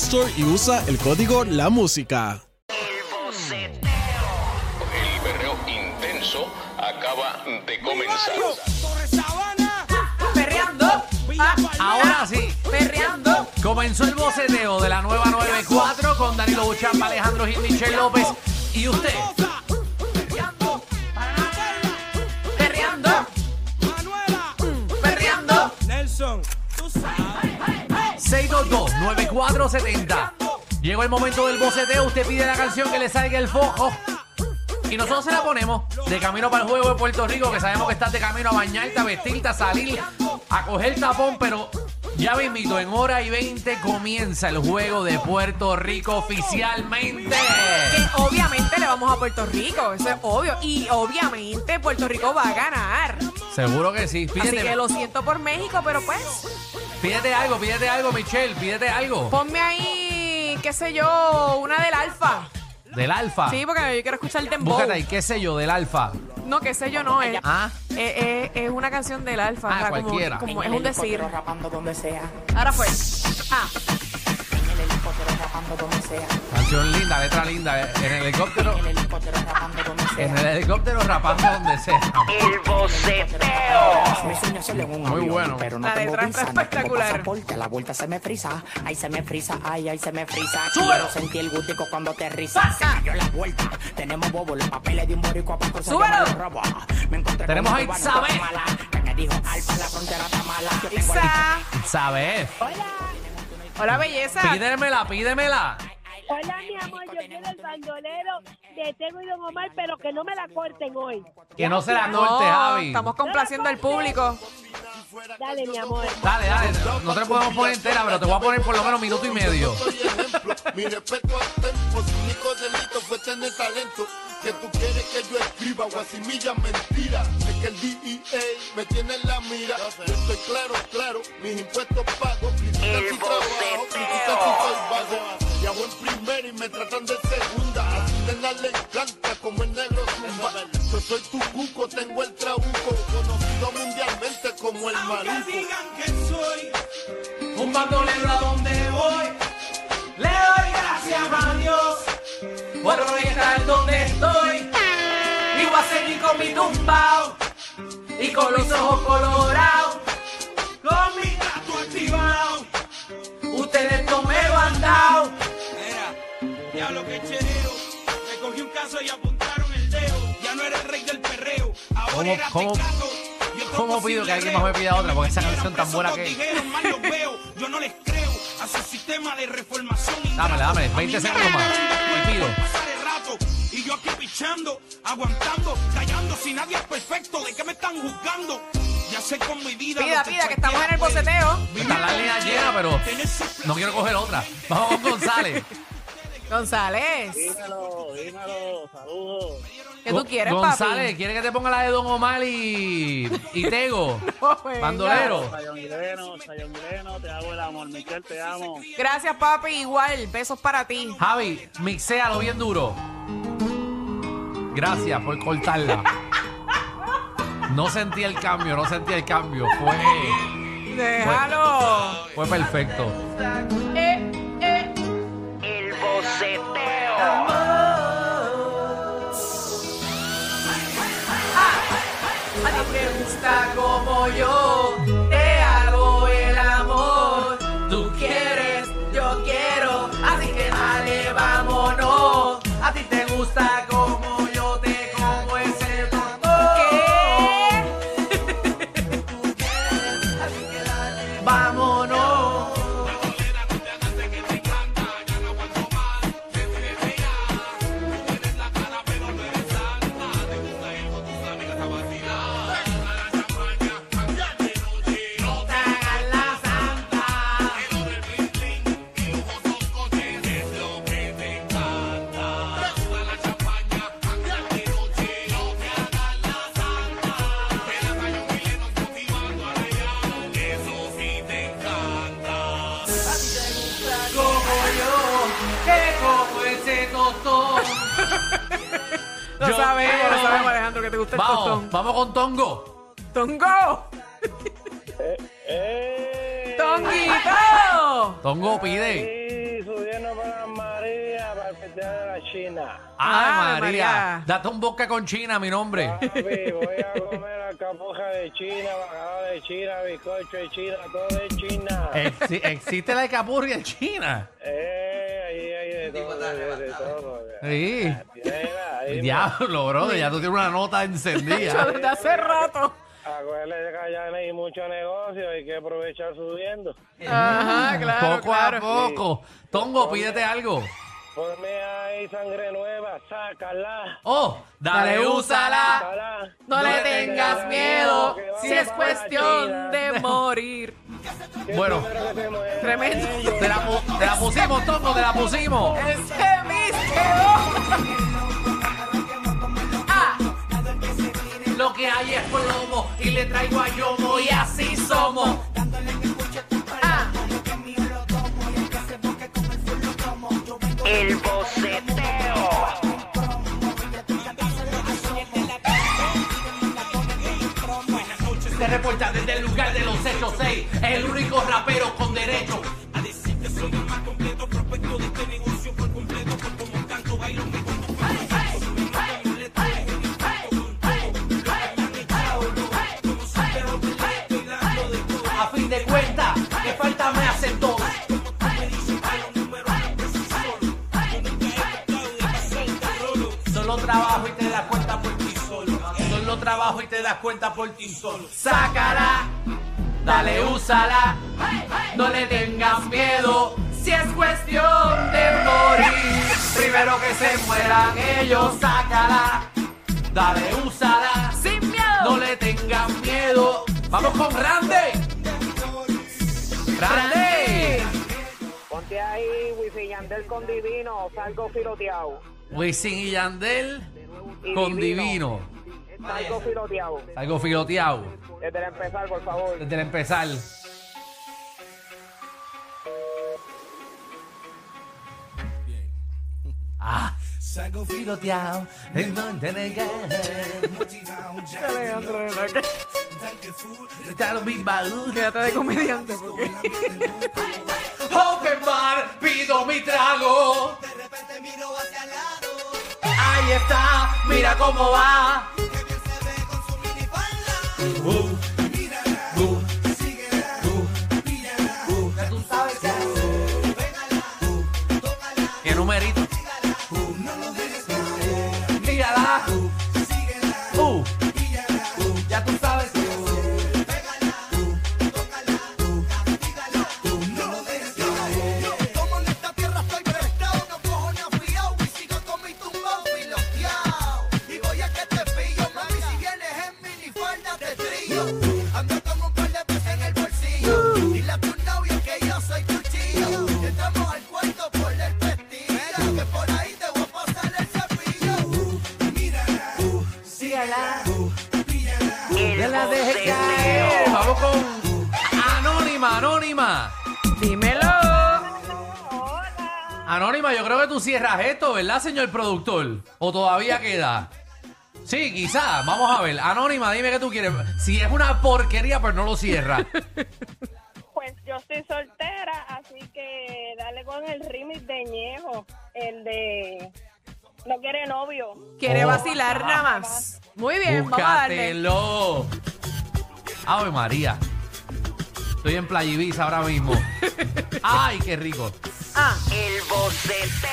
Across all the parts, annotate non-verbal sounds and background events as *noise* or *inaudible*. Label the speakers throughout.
Speaker 1: Store y usa el código La Música.
Speaker 2: El berreo intenso acaba de comenzar.
Speaker 3: Perreando. Ah,
Speaker 4: Ahora sí,
Speaker 3: Perreando.
Speaker 4: comenzó el boceteo de la nueva 94 con Danilo Buchampa, Alejandro Gil, Michelle López y usted.
Speaker 3: Perreando. Perreando. Perreando.
Speaker 4: 622-9470. Llegó el momento del boceteo, usted pide la canción que le salga el foco. Y nosotros se la ponemos de camino para el juego de Puerto Rico, que sabemos que estás de camino a bañarte, a vestirte, a salir, a coger tapón, pero ya mismito, en hora y 20 comienza el juego de Puerto Rico oficialmente.
Speaker 3: Que obviamente le vamos a Puerto Rico, eso es obvio. Y obviamente Puerto Rico va a ganar.
Speaker 4: Seguro que sí.
Speaker 3: Así que
Speaker 4: Pídete,
Speaker 3: lo siento por México, pero pues,
Speaker 4: pídete algo, pídete algo, Michelle, pídete algo.
Speaker 3: ponme ahí, qué sé yo, una del alfa.
Speaker 4: Del alfa.
Speaker 3: Sí, porque yo quiero escuchar el dembow.
Speaker 4: Búscate Ah. ahí, qué sé yo, del alfa.
Speaker 3: No, qué sé yo, no. Es,
Speaker 4: Ah.
Speaker 3: es- es- es una canción del alfa.
Speaker 4: Ah,
Speaker 3: o sea, como-
Speaker 4: cualquiera.
Speaker 3: como es un decir.
Speaker 5: rapando donde sea.
Speaker 3: Ahora fue. Ah.
Speaker 5: En el helicóptero rapando donde sea.
Speaker 4: Canción linda, letra linda. eh, En el helicóptero,
Speaker 5: En el helicóptero rapando donde sea.
Speaker 4: en el helicóptero rapando donde sea.
Speaker 5: Mis sueños son en un
Speaker 4: Muy
Speaker 5: avión,
Speaker 4: bueno.
Speaker 5: Pero no
Speaker 3: La
Speaker 5: tengo
Speaker 3: letra
Speaker 5: visa,
Speaker 3: está
Speaker 5: no tengo
Speaker 3: espectacular.
Speaker 5: pasaporte, la vuelta se me frisa. Ahí se me frisa, ay, ahí se me frisa.
Speaker 4: ¡Súbelo!
Speaker 5: Quiero sentir el gustico cuando te risa. Se cayó la vuelta. Tenemos bobo, los papeles de un boricua para cruzar. yo
Speaker 3: ¡Súbelo!
Speaker 5: me los robo. Me encontré
Speaker 4: Tenemos
Speaker 5: con
Speaker 4: a
Speaker 5: un cubano
Speaker 4: Isabel.
Speaker 5: de Guatemala, Que me dijo, alfa, la frontera está mala. Yo tengo el
Speaker 3: Isa.
Speaker 4: ¿Sabes?
Speaker 3: ah. Hola, belleza.
Speaker 4: Pídemela, pídemela.
Speaker 6: Hola, mi amor, yo quiero el bandolero de Tego y Don Omar, pero que no me la corten hoy.
Speaker 4: Que no se la
Speaker 3: No,
Speaker 4: corte, Javi.
Speaker 3: estamos complaciendo al público.
Speaker 6: Dale, mi amor.
Speaker 4: Dale, dale. No te la podemos poner entera, pero te voy a poner por lo menos minuto y medio.
Speaker 7: Soy ejemplo, mi respeto al tempo, su único delito fue tener talento. Que tú quieres que yo escriba guasimilla mentira. Es que el DEA me tiene en la mira. Yo estoy claro, claro, mis impuestos pagos. Critican si trabajo, critican si soy vago. Y hago en primera y me tratan de segunda. Así de la le encanta como el negro zumba. Yo soy tu cuco, tengo el trabuco. Conocido mundialmente como el maluco.
Speaker 4: Un bandolero a donde voy. Le doy gracias a Dios por estar donde estoy. Y voy a seguir con mi tumbao y con los ojos colorados, con mi gato activado. Ustedes no me lo han dado.
Speaker 8: Era, diablo que chereo. Me cogí un caso y apuntaron el dedo. Ya no eres rey del perreo. Ahora
Speaker 4: ¿Cómo-
Speaker 8: eres
Speaker 4: cómo-
Speaker 8: tecato. Y otro
Speaker 4: cómo pido que alguien más me pida otra? Porque esa canción tan buena que-
Speaker 8: Dijeron, mal los veo. Yo no les creo a su sistema de reformación.
Speaker 4: Dámela,
Speaker 8: ingrato.
Speaker 4: dámela,
Speaker 8: A
Speaker 4: 20
Speaker 8: mí me
Speaker 4: segundos más.
Speaker 8: mandan
Speaker 4: Te pido.
Speaker 8: pasar el rato. Y yo aquí pichando, aguantando, callando. Si nadie es perfecto, ¿de qué me están juzgando? Ya sé con mi vida.
Speaker 3: Pida,
Speaker 8: lo
Speaker 3: pida, que estamos en el
Speaker 8: cualquiera puede.
Speaker 3: boceteo.
Speaker 4: Está la línea llena, pero no quiero coger otra. Vamos con González.
Speaker 3: González.
Speaker 9: Dímelo, dímelo, saludos.
Speaker 3: ¿Qué tú quieres, papi?
Speaker 4: González, ¿quiere que te ponga la de Don Omar y, y Tego?
Speaker 3: *laughs* No juegas.
Speaker 4: Bandolero.
Speaker 9: Sayón Mileno, Sayón Mileno, te hago el amor, Michelle, te amo.
Speaker 3: Gracias, papi. Igual, besos para ti.
Speaker 4: Javi, mixéalo bien duro. Gracias por cortarla. No sentí el cambio, no sentí el cambio. Fue,
Speaker 3: Déjalo.
Speaker 4: fue perfecto.
Speaker 3: Eh, eh. El boceteo. A ti te gusta como yo. Te hago el amor.
Speaker 4: tostón.
Speaker 3: Lo
Speaker 4: Yo
Speaker 3: sabemos,
Speaker 4: quiero-
Speaker 3: lo sabemos, Alejandro, que te gusta el
Speaker 4: Vamos,
Speaker 3: tostón.
Speaker 4: vamos con Tongo.
Speaker 3: ¡Tongo! ¡Tonguito!
Speaker 4: Tongo pide.
Speaker 7: Sí, subiendo para María, para el festejar a la China.
Speaker 4: Ah, María.
Speaker 3: Ave María.
Speaker 4: Date un boca con China, mi nombre.
Speaker 7: Papi,
Speaker 9: *laughs*
Speaker 7: voy a comer alcapuja de China, bacalao de China, bizcocho de China, todo de China.
Speaker 9: Eh.
Speaker 4: Exi- existe la capurria en China.
Speaker 7: Eh, ahí hay de todo, de, de todo.
Speaker 4: Sí.
Speaker 7: Mira, dime,
Speaker 4: Diablo, bro. Ya tú tienes una nota
Speaker 3: *laughs*
Speaker 4: encendida.
Speaker 3: Desde hace rato.
Speaker 7: acuérdate que allá no hay mucho negocio, hay que aprovechar subiendo.
Speaker 3: Ajá, claro,
Speaker 4: poco a
Speaker 3: claro.
Speaker 4: poco. Tongo, pídete algo.
Speaker 7: Ponme ahí sangre nueva, sácala.
Speaker 4: Oh, dale,
Speaker 3: Dale,
Speaker 4: úsala.
Speaker 7: sácala.
Speaker 3: No le tengas miedo si es cuestión de morir.
Speaker 4: Bueno,
Speaker 3: Tremendo.
Speaker 4: te la, pu- te la pusimos, Tongo, te la pusimos.
Speaker 3: Ese místico. Ah,
Speaker 4: Lo que hay es plomo y le traigo a Yomo y así somos.
Speaker 3: ah.
Speaker 5: El boceteo.
Speaker 4: Se reporta desde el lugar de los hechos 6, el único rapero con derecho. A fin de cuentas, que falta me hacen todos. Solo trabajo y te das cuenta por ti solo. Solo trabajo y te das cuenta por ti solo. Sácala, dale, úsala. No le tengas miedo si es cuestión de morir. Primero que se mueran ellos, sácala, dale, úsala.
Speaker 3: Sin miedo.
Speaker 4: No le tengas miedo. Vamos con Randy. Randy.
Speaker 7: Ponte ahí, Wisin Yandel con Divino, salgo filoteado.
Speaker 4: Wisin y Yandel
Speaker 7: Y
Speaker 4: con
Speaker 7: Divino.
Speaker 4: Divino.
Speaker 7: Salgo filoteado.
Speaker 4: Algo filoteado.
Speaker 7: Desde el empezar, por favor.
Speaker 4: Desde el empezar. Ah. Salgo filoteado en Montenegro.
Speaker 3: Alejandro, de verdad que-
Speaker 4: Están mis baúles.
Speaker 3: Quédate de comediante porque...
Speaker 4: Open bar, pido mi trago. Ahí está, mira cómo va. Uh, Ya tú sabes qué hacer. Qué numerito. Mírala. Uh. Ya tú sabes qué hacer. Ya la dejé caer. Vamos con Anónima, Anónima.
Speaker 3: Dímelo.
Speaker 6: Hola.
Speaker 4: Anónima, yo creo que tú cierras esto, ¿verdad, señor productor? ¿O todavía queda? Sí, quizá. Vamos a ver. Anónima, dime qué tú quieres. Si es una porquería, pues no lo
Speaker 3: *laughs*
Speaker 4: cierra.
Speaker 6: Pues yo estoy soltera, así que dale con el remix de Ñejo, el de No quiere novio.
Speaker 3: Quiere
Speaker 4: Oh.
Speaker 3: vacilar nada más. Muy bien, vamos a darle.
Speaker 4: Búscatelo. Ave María. Estoy en Playa Ibiza ahora
Speaker 3: *laughs*
Speaker 4: mismo. Ay, qué rico.
Speaker 3: Ah,
Speaker 5: El boceteo.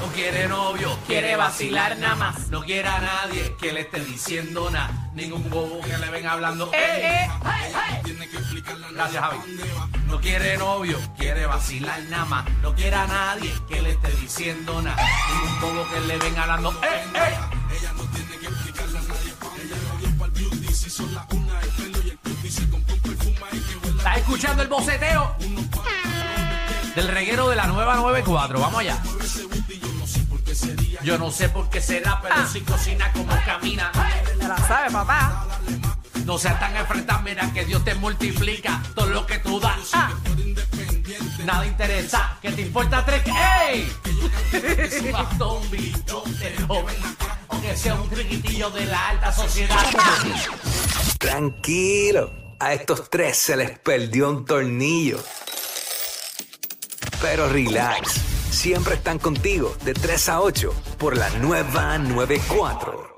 Speaker 4: No quiere novio, quiere vacilar nada más. No quiere a nadie que le esté diciendo nada. Ningún bobo que le ven hablando.
Speaker 3: eh, eh.
Speaker 4: Gracias, Javi. No quiere novio, quiere vacilar nada más. No quiere a nadie que le esté diciendo nada. Ningún bobo que le ven hablando. ¡Eh, eh! ¿Estás escuchando el boceteo? Del reguero de la nueva 94. Vamos allá. Yo no sé por qué será, pero si cocina como camina.
Speaker 3: Ya la sabe, papá.
Speaker 4: No seas tan enfrentada, mira que Dios te multiplica todo lo que tú das.
Speaker 3: Ah.
Speaker 4: Nada interesa, que te importa tres. ¡Ey! Es una zombie, del joven, aunque sea un riquitillo de la alta sociedad.
Speaker 5: Tranquilo, a estos tres se les perdió un tornillo. Pero relax, siempre están contigo de 3 a 8 por la nueva 94.